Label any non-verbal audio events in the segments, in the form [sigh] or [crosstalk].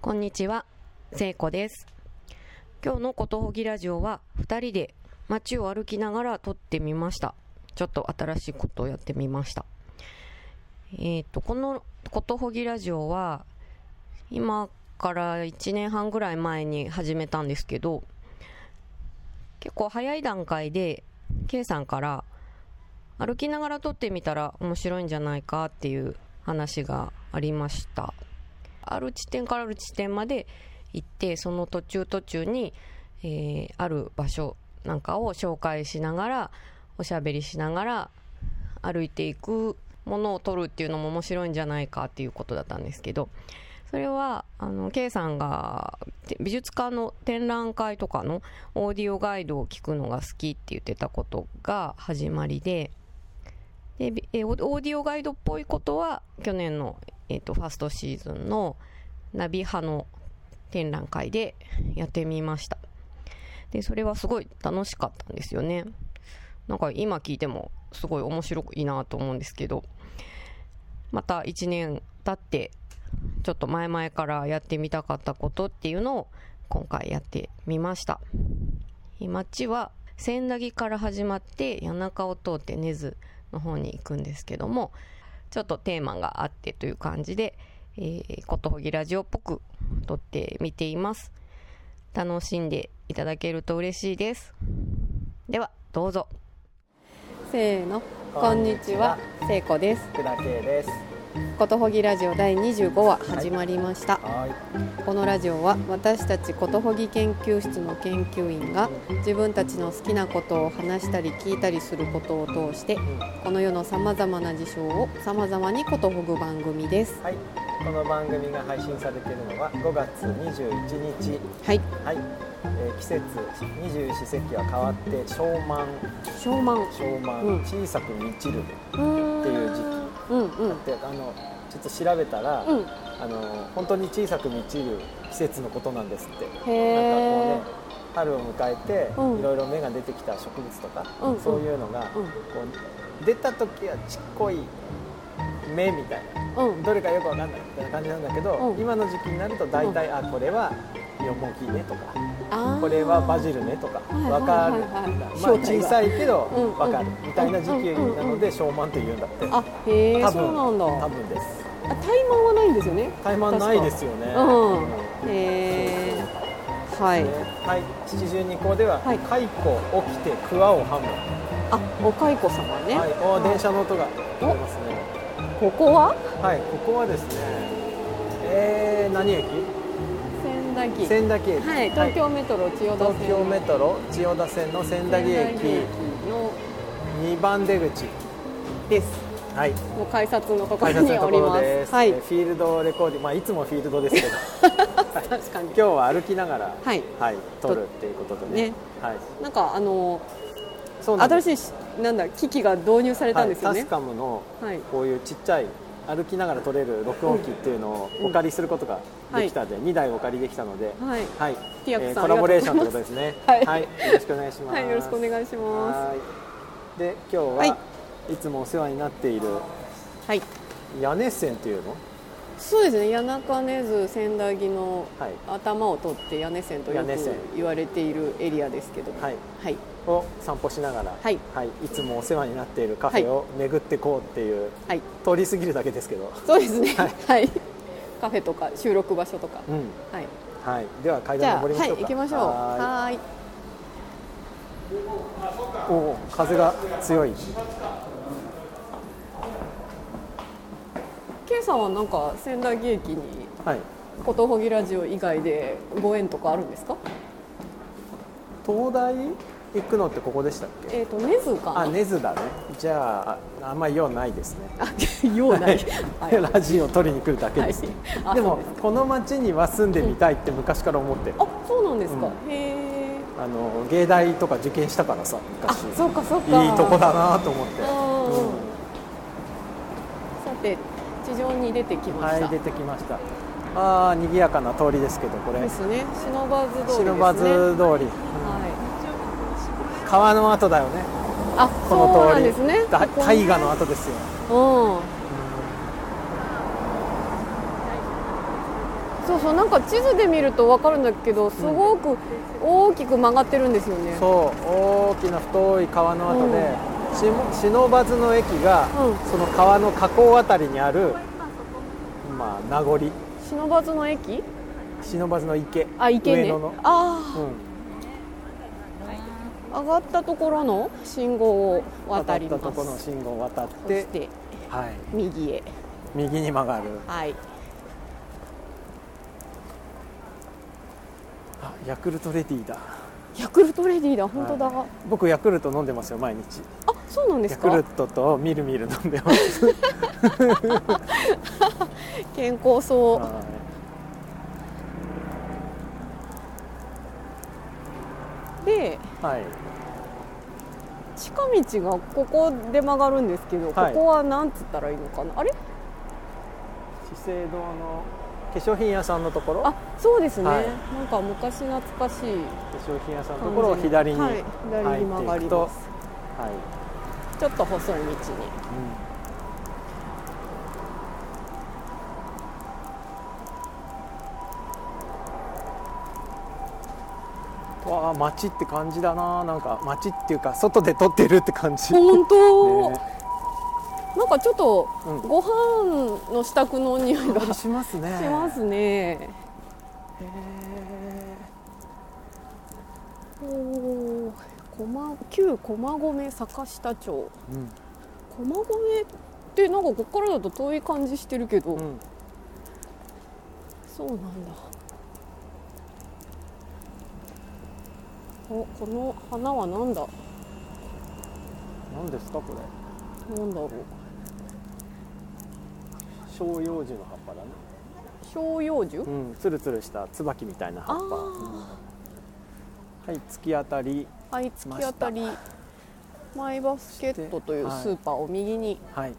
こんにちは、聖子です。今日のことほぎラジオは2人で街を歩きながら撮ってみました。ちょっと新しいことをやってみました。えっ、と、このことほぎラジオは今から1年半ぐらい前に始めたんですけど、結構早い段階で K さんから歩きながら撮ってみたら面白いんじゃないかっていう話がありました。ある地点からある地点まで行ってその途中途中に、えーある場所なんかを紹介しながらおしゃべりしながら歩いていくものを撮るっていうのも面白いんじゃないかっていうことだったんですけどそれはあの K さんがて美術館の展覧会とかのオーディオガイドを聞くのが好きって言ってたことが始まりで。でびえーオオーディオガイドっぽいことは去年の、えー、とファーストシーズンのナビ派の展覧会でやってみましたでそれはすごい楽しかったんですよねなんか今聞いてもすごい面白いなと思うんですけどまた1年経ってちょっと前々からやってみたかったことっていうのを今回やってみました町は千駄木から始まって谷中を通って根津の方に行くんですけどもちょっとテーマがあってという感じで、えー、ことほぎラジオっぽく撮ってみています楽しんでいただけると嬉しいですではどうぞせーのここんんににちちははせいこです福田圭です。ことほぎラジオ第25話始まりました、はこのラジオは私たちことほぎ研究室の研究員が自分たちの好きなことを話したり聞いたりすることを通してこの世のさまざまな事象をさまざまにことほぐ番組ですい。はい。この番組が配信されているのは5月21日。はいはい。えー季節二十四節気は変わって小満ショーマン小満、うん小さく満ちるっうんていう時うんうん期であのちょっと調べたら、うんあの本当に小さく満ちる季節のことなんですって。へなんえかこうね春を迎えて、うんいろいろ芽が出てきた植物とか、うんそういうのが、うんこう出た時はちっこい芽みたいなうんどれかよくわかんないみたいな感じなんだけど、うん今の時期になると大体、あこれはヨモギねとか、あーこれはバジルねとかいわかはいる、はいはいま正あ、体小がさいけどうんわかるみたいな時期うんなので小満って言うんだってあへえ多そうなん分多だ分ですあ怠慢はないんですよね怠慢ないですよね、うんうんへえはいはい、七十二校では、はい蚕起きて桑をはむ。あお蚕様ね、はい、おー電車の音が聞こえますね。ここははい、ここはですね。えー、何駅？仙台駅千駄木駅。はい、東京メトロ千代田線、東京メトロ千代田線の千駄木駅の二番出口。です。はい。の改札のところ改札にのおとこりろま。ですす。はいえー、フィールドレコーディング、まあいつもフィールドですけど、確かに [laughs] 今。日は歩きながら、はい、はい、撮るっていうことでね。ねはい。なんかあのそうなんで新す。しいしなんだ機器が導入されたんですよはい、ねタス。カムのはい、こういうちっちゃい歩きながら撮れる録音機っていうのをお借りすることができたので、2台お借りできたので、はい、はい、ティアクさんコラボレーションとあいりがうこととですね。 [laughs] はいよろしくお願いします。はい、よろしくお願いしまはいで、今日は、はいい、つもお世話になっているす。はい、屋根線っていうの、そうですね。谷中根津仙台木のはい、頭を取って屋根線とよく屋根線言われているエリアですけども、はい、はい、を散歩しながら、はい、い、いつもお世話になっているカフェを巡ってこうっていう、はい、通り過ぎるだけですけど、そうですね。ははい、カフェとか収録場所とか、うん、はい。はい、では階じ段ゃあ登りはましいょうか。行きましょう。ははーい。ーいおー風が強い。 K さんはなんか仙台木駅にはい。ことほぎラジオ以外でご縁とかあるんですか？東大行くのってここでしたっけえっ、と根津かな。あ根津だねじゃああんまり用ないですねあ、 [laughs] ようない。はい。はい [laughs] ラジオを取りに来るだけです、ねあでそうもすこの町には住んでみたいって昔から思ってる、あ、そうなんですか。うへえ。あの芸大とか受験したからさあ、昔そうかそうか。いいとこ。だなと思って、うんうんうんうさて地上に出てきんまはした。い出てきましたああ賑やかな通りですけどこれですね。忍ばず通りですね。忍ばず通りはい。川の跡だよねあ、こそうのな通んりですね。だここね大河の。跡ですようん。そうそうなんか地図で見ると分かるんだけどすごく大きく曲がってるんですよね、そう大きな太い川の後で、し不忍の駅が、うその川の河口あたりにある、まあ、名残忍ばずの駅不忍の池あ池ね上野の、うあん、あ上がったところの信号を渡ります渡ったところの信号を渡っそてしてはい、右へ右に曲がるはいあヤクルトレディだヤクルトレディだ本当だ、僕ヤクルト飲んでますよ毎日あそうなんでヤすクルかトとみるみる飲んでます健康そう、はいではい、近道がここで曲がるんですけど、はいここはなんつったらいいのかなあれ資生堂の化粧品屋さんのところあ化そうですね、はいなんか昔懐かしい粧品屋さんの感とじころを左に、ははいい、左に曲がり入まっていすはいちょっと細い [laughs] 道にうんわあ街って感じだななんか街っていうか外で撮ってるって感じ、本当、ねなんかちょっとうんご飯の支度の匂いがししますねますねおおー駒旧駒込坂下町うん駒込ってなんかここからだと遠い感じしてるけど、うんそうなんだおこの花は何だ何ですかこれ何だろう照葉樹の葉っぱだね照葉樹うんつるつるした椿みたいな葉っぱあーうんはい突き当たりはい突き当たりマイバスケットというはいスーパーを右にはい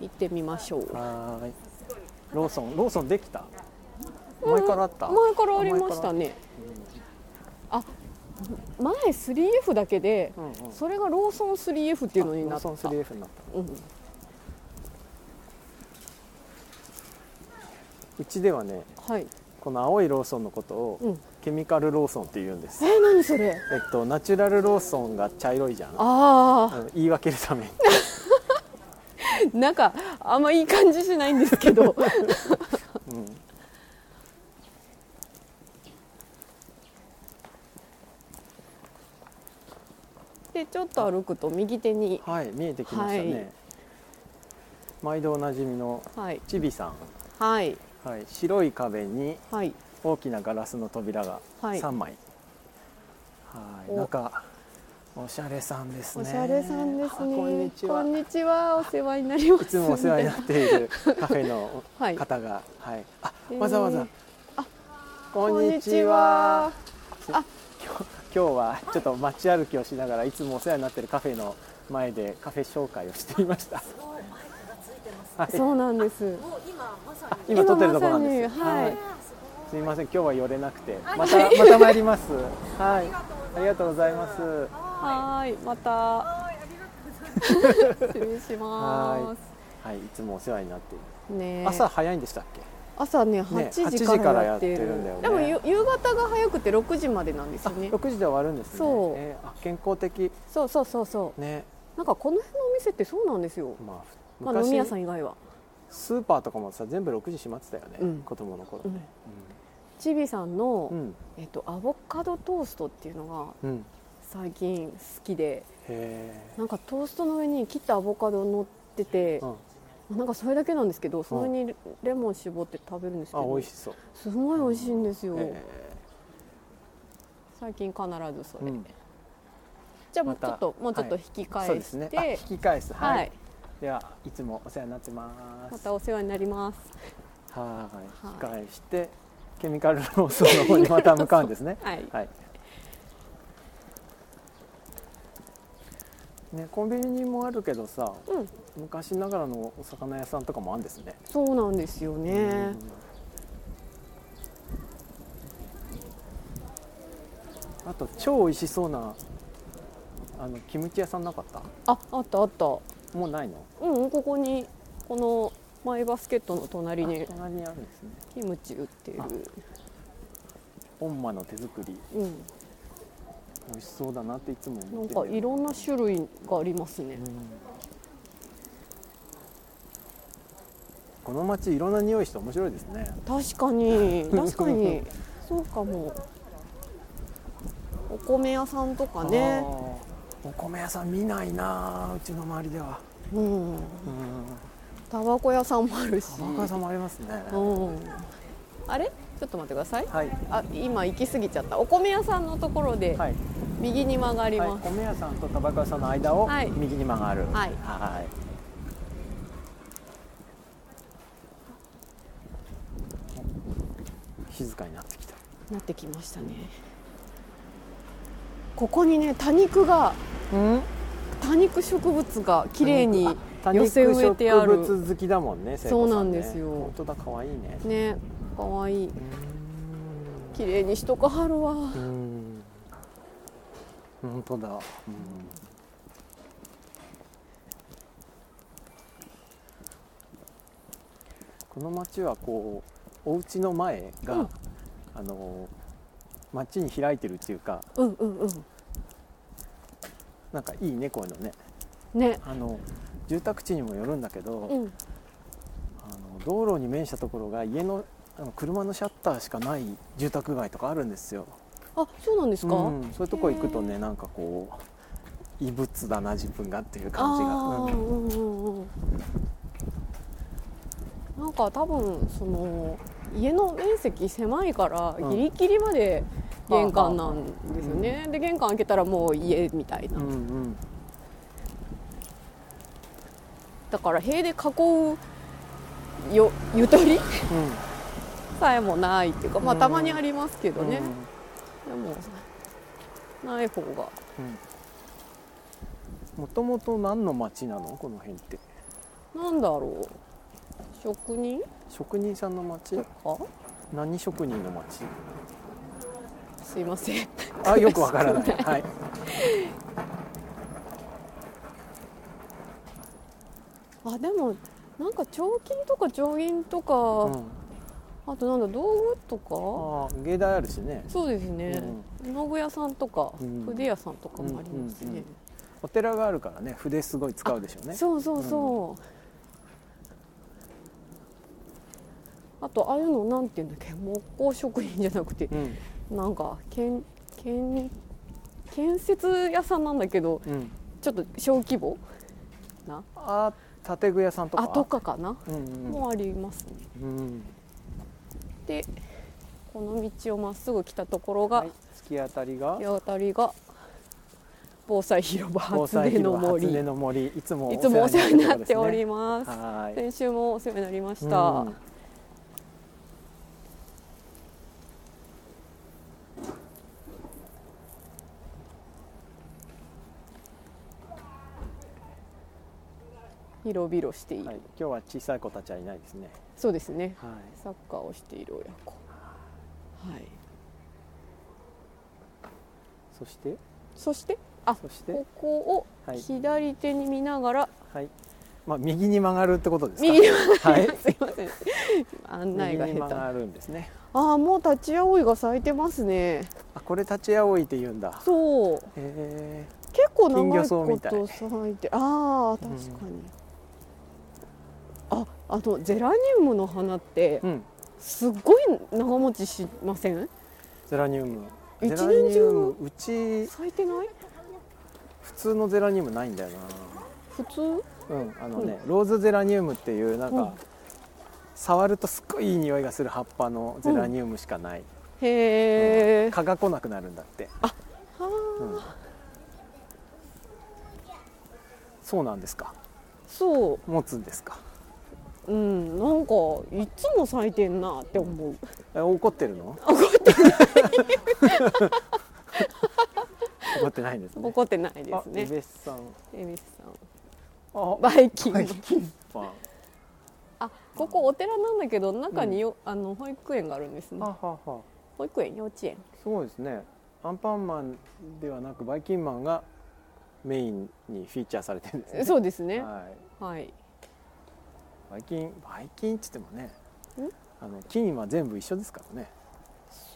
行ってみましょうはーいローソンローソンできた前からあった、前からありましたねあ前 3F だけでうんうんそれがローソン 3F っていうのになったローソン 3F になったうんうちではねはいこの青いローソンのことを、うんケミカルローソンって言うんでえすー、何それえっとナチュラルローソンが茶色いじゃんあうん言い分けるためにあなんかあんまいい感じしないんですけど [laughs] うんでちょっと歩くと右手にはい見えてきましたね、はい毎度おなじみのはいちびさはいん、はい、白い壁にはい大きなガラスの扉がはい3枚はいお中おしゃれさんですおねしゃれさんですあねこんにちはこんにちはお世話になりますいつもお世話になっている [laughs] カフェのはい方が、はい、あえーわざわざ、ここんんににちちはは今日はちょっと街歩きをしながらいつもお世話になっているカフェの前でカフェ紹介をしてい [laughs] ましたはい、そうなんです今撮ってるところなんですよ今まさにはいすみません今日は寄れなくてまたまた参りますはいありがとうございますはーい、また。失礼しまははいいつもお世話になっている、す。ねえ。朝早いんでしたっけ朝ね、ね八時8時かかららややっっててる。るんだよねでもゆ夕方が早くて六時までなんですよね。 6時で終わるんですねそうえーあ健康的そうそうそうそう。ねなんかこの辺のお店ってそうなんですよ。まあまあ飲み屋さん昔以外は。スーパーとかもさ全部6時閉まってたよね、うん子供の頃ねちびさんの、うんえっとアボカドトーストっていうのがうん、最近好きで、へなんかトーストの上に切ったアボカド乗っててえ、、うん、なんかそれだけなんですけど、それにレレモン絞って食べるんですけあど美味、しそう、すごい美味しいんですよ。え最近必ずそーれ。うんじゃあもうまちょたっと、もうちょっとはい引きそう返ですしねて、あ引き返すはい、はい、ではいつもお世話になってますまたお世話になります。はいはい引き返してケミカルローソンの方にまた向かうんですねはいはいね、コンビニもあるけどさうん、昔ながらのお魚屋さんとかもあるんですねそうなんですよね。あと超美味しそうなあのキムチ屋さんなかったあ、あったあった。もうないのうん、ここにこのマイバスケットの隣にあ隣にあるんですねキムチ売ってるあ本間の手作りうん美味しそうだなっていつもな思っんてかいろんな種類がありますねうんこの街いろんな匂いして面白いですね確か [laughs] に確かにそうかもお米屋さんとかねあーお米屋さん見ないなうちの周りではうんうんタバコ屋さんもあるしタバコ屋さんもありますねうんあれちょっと待ってくださいはいあ今行き過ぎちゃったお米屋さんのところではい右に曲がりはいます、米屋さんとタバコ屋さんの間をはい右に曲がるはいはい静かになってきたなってきましたねここにね多肉がうん多肉植物が綺麗に多寄肉せ植えてあ植る物好きだもんね聖そ子うさなんんねですよ本当だ可愛いねねかわいい綺麗にしとかはるわうんうん本当だ、うん、この町はこうお家の前が、うんあの町に開いてるっていうかうんうんうんなんかいいねこういうのねねあの住宅地にもよるんだけど、うんあの道路に面したところが家のあの車のシャッターしかない住宅街とかあるんですよ。あそうなんですか、うん、そういうとこ行くとねなんかこう異物だな自分がっていう感じが、あーうんうんうんうんなんか多分その家の面積狭いからうんギリギリまで玄関なんですよね、で玄関開けたらもう家みたいな、うんうんだから塀で囲うよゆとりさえもないっていうかまあうんたまにありますけどうんね、でもない方がもともと何の町なのこの辺ってなんだろう職人職人さんの町とか何職人の町すいません [laughs] あよくわからない、はい、あでもなんか彫金とか丁銀とか、うん、あとなんだ道具とかあー芸大あるしねそうですね、農具屋さんとか、うん筆屋さんとかもありますね、うんうんお寺があるからね筆すごい使うでしょうねそうそうそう、あとああいうのなんていうんだっけ木工職人じゃなくてうんなんかけんけん建設屋さんなんだけどうんちょっと小規模なあー建具屋さんとかあとかかな、うんうんもありますねうんでこの道をまっすぐ来たところが、はい、突き当たりが八幡りが防災広場防初災音広の場森初音の森いつもいつもお世話になっておりまますはい先週もお世話になりました、うん広々している、はい、今日は小さい子たちはいないですね。そうですねはい、サッカーをしている親子はいそして、そしてあそして、ここはをい左手に見ながら、はい、まあ、右に曲がるってことですか。右にはい、すいません案内が右に下曲手あがるんですね。あーもう立ち葵が咲いてますねあ、これ立ち青いって言うんだ。そうえ結構長い金魚草みこたいと咲いてああ確かに、ああのゼラニウムの花ってえうん、すっごい長持ちしませんゼラニウム。一年中ゼラニウム、うち、咲いてない普通のゼラニウムないんだよ普通な。うん、あのね、ローズゼラニウムっていう、なんか。うん触るとすっごいいい匂いがする葉っぱのゼラニウムしかない、へえ、蚊が来なくなるんだってはあうんそうなんですかそ持つんですかううんなんかいつも咲いてんなって思うえ怒ってるの怒ってない怒ってないんですね怒ってないであすねイベスさん恵比寿さんあバイキングバイキンパンあここお寺なんだけど中によ、あの保育園があるんですねははは保育園幼稚園そうですねアンパンマンではなくバイキンマンがメインにフィーチャーされてるんですねそうですねははいばい菌ばい菌って言ってもねあの菌は全部一緒ですからね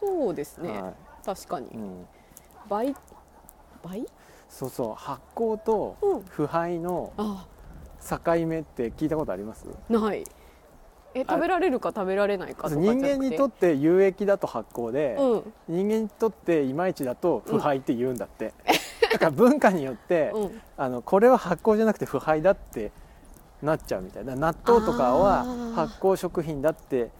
そうですね、は確かにいうん、倍倍そうそう発酵とうん腐敗のあ境目って聞いたことありますないえ食べられるか食べられないかとかじゃな人くて間にとって有益だと発酵で、うん人間にとっていまいちだと腐敗って言うんだって、だから文化によって、 [laughs] うんあのこれは発酵じゃなくて腐敗だってなっちゃうみたいな納豆とかあはー発酵食品だって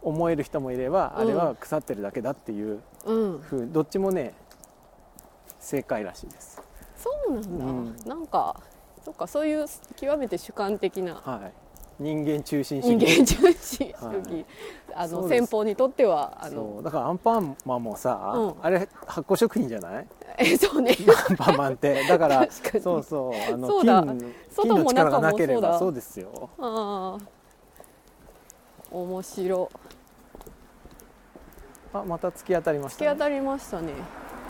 思える人もいれば、うんあれは腐ってるだけだっていううんふうどっちもね正解らしいですそうなんだ、うんなんかそっかそういう極めて主観的なはい人間中心主人義間中心主義、はいあそのうです先方にとってはあのそうだからアンパンマンもさ、うんあれ発酵食品じ [laughs] ゃないえそうねアンパンマンってだから確かにそうそうあのそうだ金金外のも力が中もなけれそうばだそうですよああ面白あまた突き当たりまし突た、きね、当たりましたね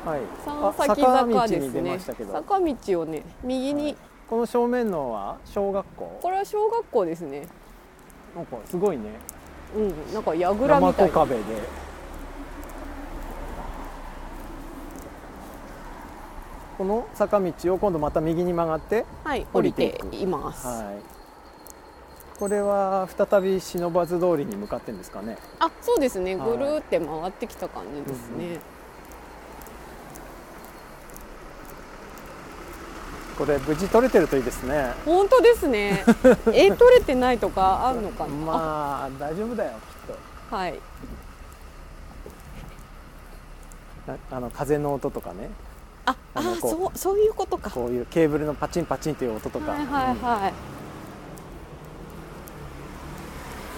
はい三あ崎道坂でにす出まねしたけど坂道をね右に、はいこの正面のは小学こ校れは小学校ですねなんかすごいねうんなんか櫓みたい山なと壁でこの坂道を今度また右に曲がってはい降降りりていてくいます、はいこれは再び不忍ばず通りに向かってんですかねあそうですねはいぐるーって回ってきた感じですね、これ無事取れてるといいですね本当です [laughs] ねえ取れてないとかあるのかな、まあ大丈夫だよきっあはいとああの風の音とかねあああのーこうそうそういうことかこういうケーブルのパチンパチンっていう音とか、はいはいはい、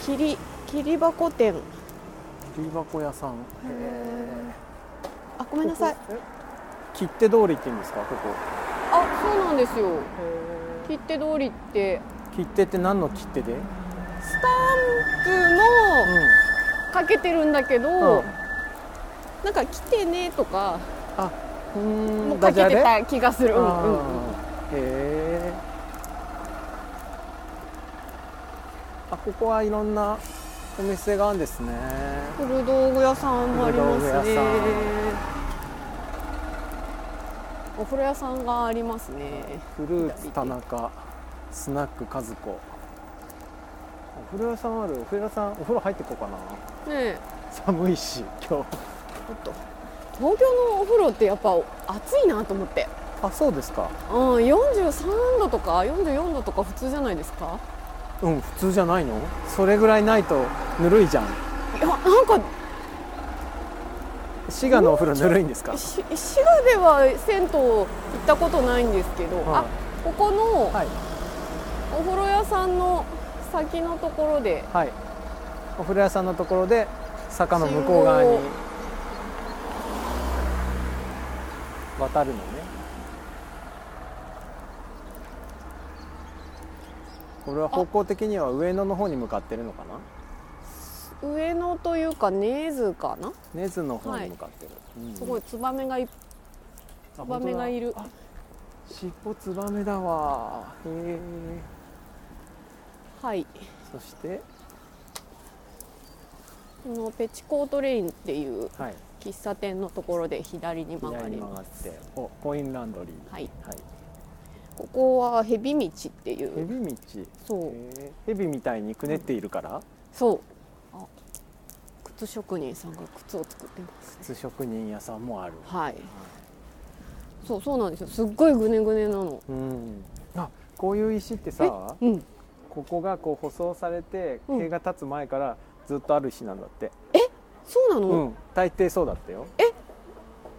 きりきり箱店うん、切り箱屋さんあごめんなさいここえ切手通りっていうんですかここあそうなんですよ切手通りって切手って何の切手で、うん、スタンプのかけてるんだけど、うんなんか来てねとかうんもうかけてあた気がする、うんうんうんーへえあここはいろんなお店があるんですね古道具屋さんもあります古道具屋ねさんお風呂屋さんがありますねフルーツ田中スナック和子お風呂屋さんあるお風呂屋さんお風呂入ってこうかなねえ寒いし今日おっと東京のお風呂ってやっぱ暑いなと思ってあそうですかうん43度とか44度とか普通じゃないですかうん普通じゃないのそれぐらいないとぬるいじゃんいやなんか滋賀のお風呂ぬるいんですかし滋賀では銭湯行ったことないんですけど、はいあここのはいお風呂屋さんの先のところではいお風呂屋さんのところで坂の向こう側に中央渡るのねこれは方向的には上野の方に向かってるのかな上野というか根津かな根津の方に向かってる、うんすごいツバメがいツツバメがいる尻尾ツバメだわへえはいそしてこのペチコートレインっていうはい喫茶店のところで左に曲が左りに曲まがっすておコインランドリーはいはいここはヘビ道ってい蛇う道そうへえ蛇みたいにくねっているから、そうあ靴職人さんが靴を作ってますね靴職人屋さんもある、はいそうそうなんですよすっごいグネグネなのうん、あこういう石ってえさうんここがこう舗装されてうん毛が立つ前からずっとある石なんだって、そうなの、うん大抵そうだったよ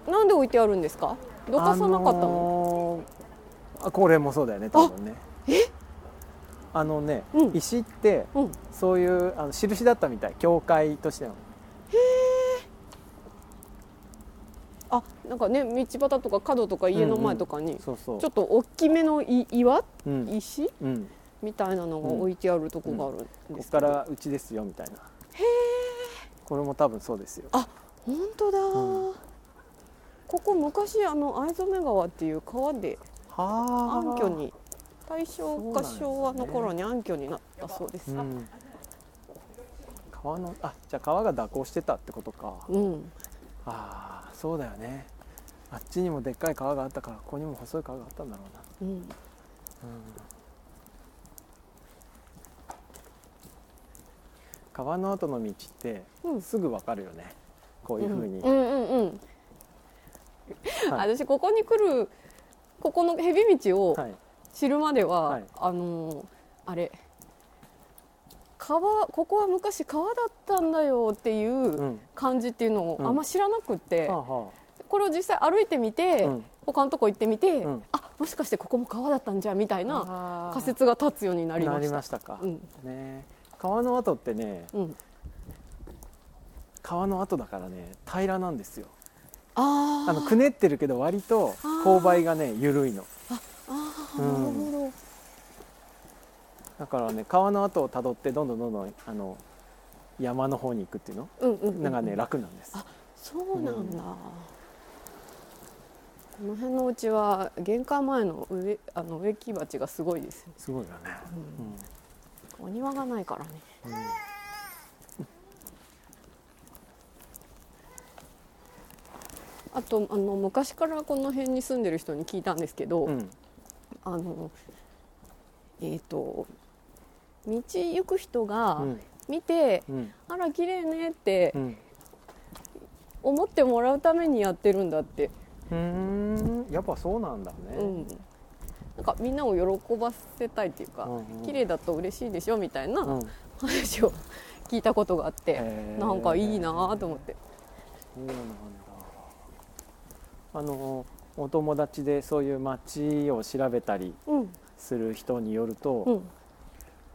なんで置いてあるんですかどかさなかったの、あのーあこれもそうだよね多分ねあのね、うん石ってうんそういうあの印だったみたい教会としてのあなんかね道端とか角とか家の前とかに、そうそうちょっと大きめのい岩うん、石うん、みたいなのが置いてあるとこがあるんですけど、ここからうちですよみたいなへえこれも多分そうですよ本当だ、うここ昔あの藍染川っていう川ではあ暗渠に大正か昭和の頃に暗渠になったそうですう。ん、川のあじゃあ川が蛇行してたってことか、うん、ああそうだよねあっちにもでっかい川があったからここにも細い川があったんだろうなうん、川の後の道ってうんすぐ分かるよね、こういうふうに、うんうんうん。はい私ここに来るここのヘビ道をはい、知るまでは、はいあのーあれ川ここは昔川だったんだよっていううん感じっていうのをうんあんま知らなくって、はあはこれを実際歩いてみて、あ、うん他のとこ行ってみて、うんあもしかしてここも川だったんじゃみたいなあー仮説が立つようになりまなりした。ましたか、うんね川の後ってねうん、川の後だからね平らなんですよあーあのくねってるけど割と勾配がね緩いのあー、うんなるほだからね川の後をたどってどんどんどんどんあの山の方に行くっていうのど、うんうんうん、なんかね楽なんですあそうなんだ、この辺のうちは玄関前の植あの植木鉢がすごいですよ、すごいよね、うんお庭がないからねあとあの昔からこの辺に住んでる人に聞いたんですけど、うんうんあのえっ、と道行く人がうん見て、うんあら綺麗ねってうん思ってもらうためにやってるんだって、うーんやっぱそうなんだね、うん、なんかみんなを喜ばせたいっていうか、うんうん綺麗だと嬉しいでしょみたいな、うん話を聞いたことがあって、へーなんかいいなと思って、そうなんだあのお友達でそういう街を調べたりうんする人によると、うん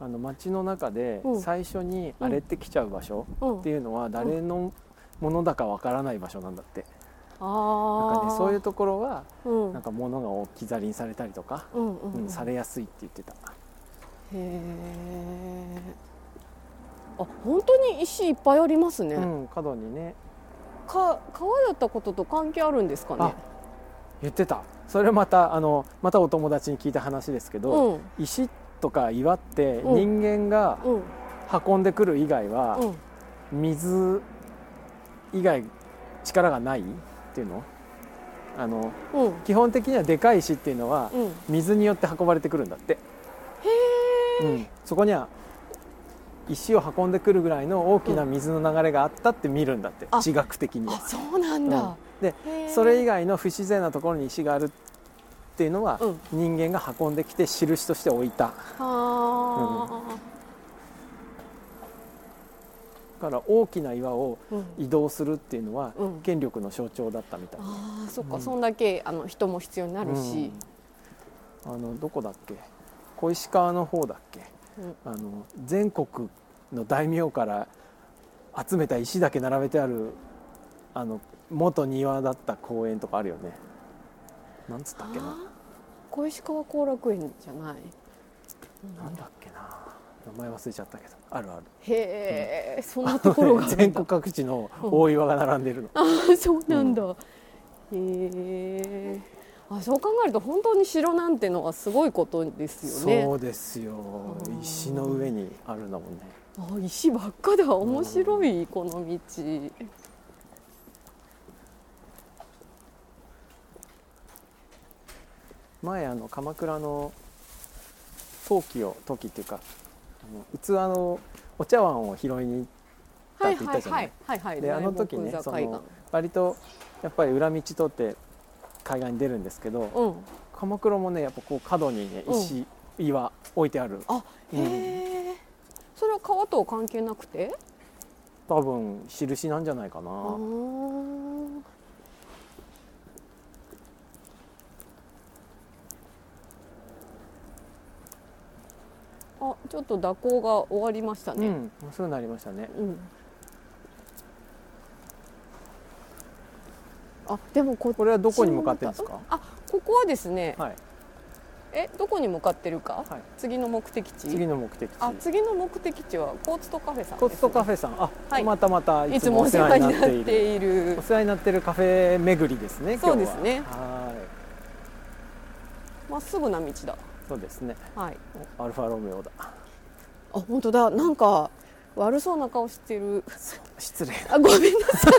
あの街の中でうん最初にあれって来ちゃう場所うん、っていうのは誰のものだかわからない場所なんだって、なんあかあ、ね、そういうところはうん、なんか物が置き去りにされたりとか、うんうんううんん、されやすいって言ってたへえ、あ本当に石いっぱいありますね。うん、角にねか川だったことと関係あるんですかねあ。言ってたそれまたあのまたお友達に聞いた話ですけど、うん石とか岩ってう人間がうん運んでくる以外はうん。水以外力がないっていうのあのうん基本的にはでかい石っていうのはうん、へ水によって運ばれてくるんだって、うん、そこには石を運んでくるぐらいの大きな水の流れがあったって見るんだって、あ地学的にーあは。そうなんだ、うんでへーそれ以外の不自然なところに石があるっていうのは、うん人間が運んできて印として置いただはから大きな岩をーうん移動するっていうのは、うん権力の象徴だったみたいなあーそっか、うんそんだけあの人も必要になるし、うんあのどこだっけ小石川の方だっけうんあの全国の大名から集めた石だけ並べてあるあの元庭だった公園とかあるよねなんつったっけなあー小石川後楽園じゃないなんだっけな名前忘れちゃったけどあるあるへえ、そんなとこ [laughs] ろがある全んだ国各地の大岩が並んでるの、あーそうなんだ、へえあそう考えると本当に城なんてのはすごいことですよねそうですようん石の上にあるんだもんねあ石ばっかだ面白いこの道前あの鎌倉の陶器を陶器っていうかあの器のお茶碗を拾いにだはっいては言ったいじゃなはいいはいはいであの時ね大木そ座海岸の割とやっぱり裏道通って海岸に出るんですけどうん鎌倉もねやっぱこう角にねうん石、岩置いてあるあうへんえ、それは川とは関係なくて多分印なんじゃないかな、あーあちょっと蛇行が終わりましたうね、んそうなりましたねうんあでもここれはどこに向かってるんですかあここはですね、はいえどこに向かってるか、はい次の目的地次の目的地あ次の目的地はコーツトカフェさんです、ね、コツトカフェさんあ、はいまたまたいいつつももおお世世話話ににななってっいるているお世話になってるカフェ巡りですね今日はそうですねはまっすぐな道だーいそうですねはいおアルファロメオだあ本当だなんか悪そうな顔してる失礼あごめんなさ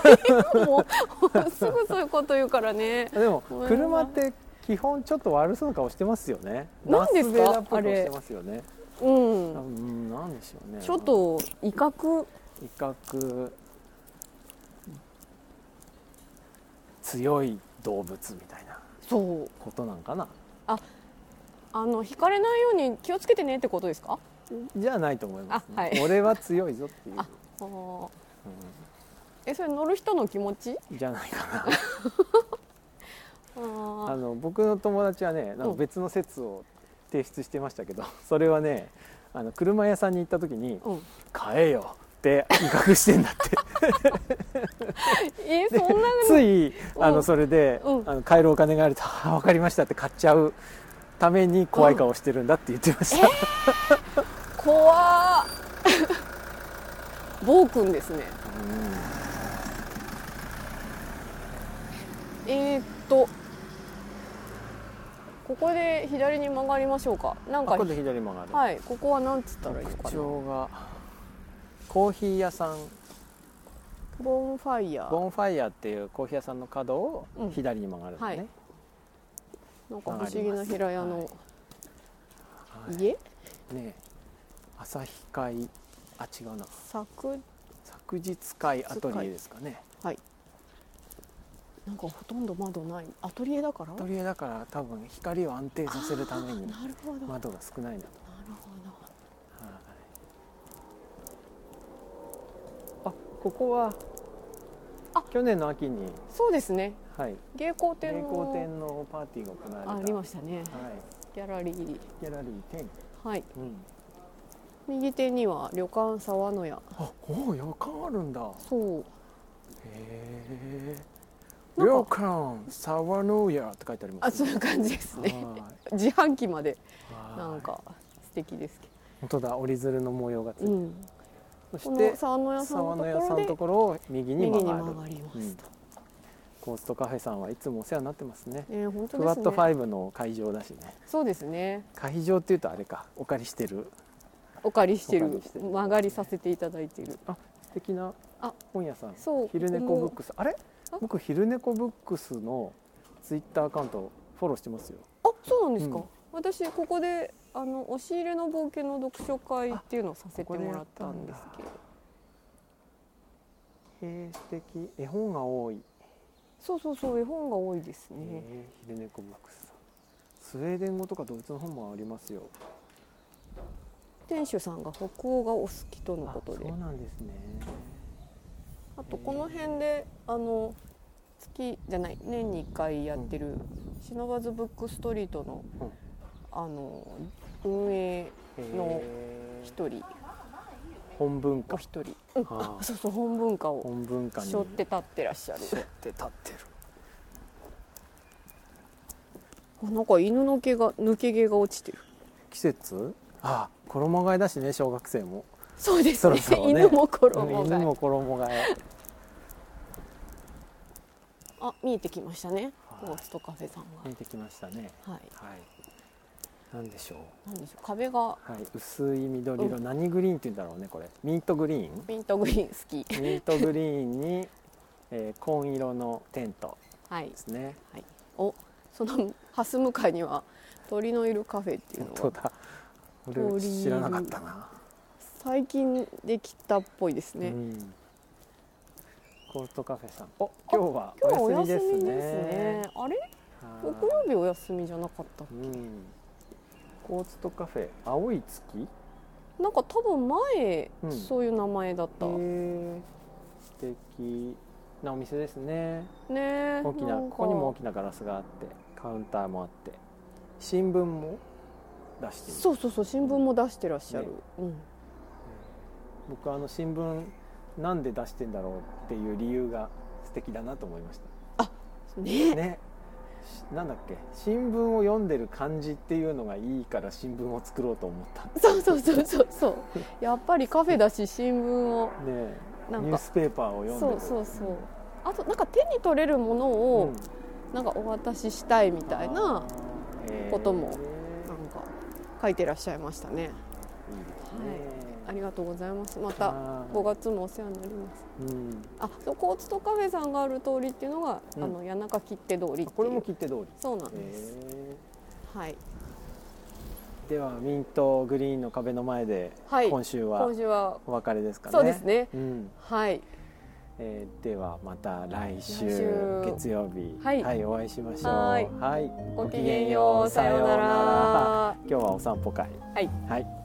いもうすぐそういうこと言うからねでもこれは車って基本ちょっと悪そうな顔してますよねなんでダースすかベイダーっぽい顔してますよねうあんうんなんでしょうねちょっと威嚇威嚇強い動物みたいなそうことなんかなあの引かれないように気をつけてねってことですかじゃないと思います、ねあはい俺は強いぞっていう、ああーえそれ乗る人の気持ちうんじゃないかなああーの僕の友達はねなんか別の説を提出してましたけど、 [laughs] それはねあの車屋さんに行った時にうん「買えよ」って威嚇してんだって [laughs] えそんなのついあうのんそれで、うんあの買えるお金があると「あ分かりました」って買っちゃうために怖い顔してるんだって言ってました、怖ー暴君ですねえー、っとここで左に曲がりましょうかなんあか今度左曲がる、はいここはなんつったらいいの特かな徴がコーヒー屋さんボンファイヤーボンファイヤーっていうコーヒー屋さんの角をうん左に曲がるんだね、はいなんか不思議な平屋のはい家ね旭会あ違うな柵昨日会アトリエですかねなんかほとんど窓ないアトリエだからアトリエだから多分光を安定させるためになるほど、なる窓が少ないんだとほあここはあ去年の秋にどそうですねはい芸工栄展光の展のパーティーが行われたありましたねはいギャラリーギャラリー展はいうん右手には旅館沢の屋あおお予感あるんだそうへえなんか旅館沢の屋って書いてありまあすそういう感じですねは自販機までいはいなんか素敵ですけ本当だ折り鶴の模様がついてる、ど、うん、そこしての沢の屋さん沢のの屋さんのととこころを右ろでに曲右にがる曲がりますと、コーストカフェさんはいつもお世話になってますねえー本当フワットですフねァイブの会場だしねそうですね会場っていうとあれかお借りしてるお借りしてお借るりしてる曲がりさせていただいている素敵なあ本屋さんそう昼ここ猫ブもックスあれあ僕昼猫ブックスのツイッターアカウントフォローしてますよあそうなんですか、うん私ここであの押し入れの冒険の読書会っていうのをさせてもらったんですけどへえ素敵絵本が多い、そうそうそう絵本が多いですね、へえ昼猫ブックスさんスウェーデン語とかドイツの本もありますよ店主さんが北欧がお好きとのあことでそうなんですねあとこの辺であの月じゃない年に1回やってる「シノバズブックストリートの」うんあの運営のへえ一人本文お化一人、うんああそうそう本文化を本文化に背負って立ってらっしゃる背負って立ってるあなんか犬の毛が抜け毛が落ちてる季節あ衣替えだしね小学生もそうですねそろそろね犬も衣犬がも衣替えあ見えてきましたねはいゴーストカフェさん見えてきましたねがはいはいなんでしょうなんでしょう壁がはい薄い緑色、何グリーンって言うんだろうねこれミントグリー [laughs] ンミントグリーン好きミントグリーンに、えー、紺色のテントはいですねおその蓮向かいには鳥のいるカフェっていう本の当がだ俺知らなかったな、最近できたっぽいですうね、んコーストカフェさんお今日はお今日お休みで休すみねですねあれはい木曜日お休みじゃなかったうんコーストカフェ青い月なんか多分前、うんそういう名前だった、え素敵なお店ですねねえ大きななこんかこにも大きなガラスがあってカウンターもあって新聞も出しているそうそうそう新聞も出してらっしゃる、ねうん [laughs] 僕あの新聞なんで出してんだろうっていう理由が素敵だなと思いましねたねしなんだっけ新聞を読んでる感じっていうのがいいから新聞を作ろうと思ったそうそうそうそうそうやっぱりカフェだし新聞をねえなんニューかスペーパーを読んでるそうそうそうあとなんか手に取れるものうんをなんかお渡ししたいみたいなあーこともへーなんか書いてらっしゃいましたね。いいですあね。りがとうございます。またあー5月もお世話になります。うん。あ、そうコーツとカフェさんがある通りっていうのが、うんあの谷中切手通りっていう。これも切手通り。そうなんです。えはい。ーではミントグリーンの壁の前ではい。今週は今週はお別れですかね。そうです。ね。うん。はい。えーではまた来週来週月曜日はいお会いしましょう。はいはい。ごきげんよう。さようなら。今日はお散歩会。はい。はい。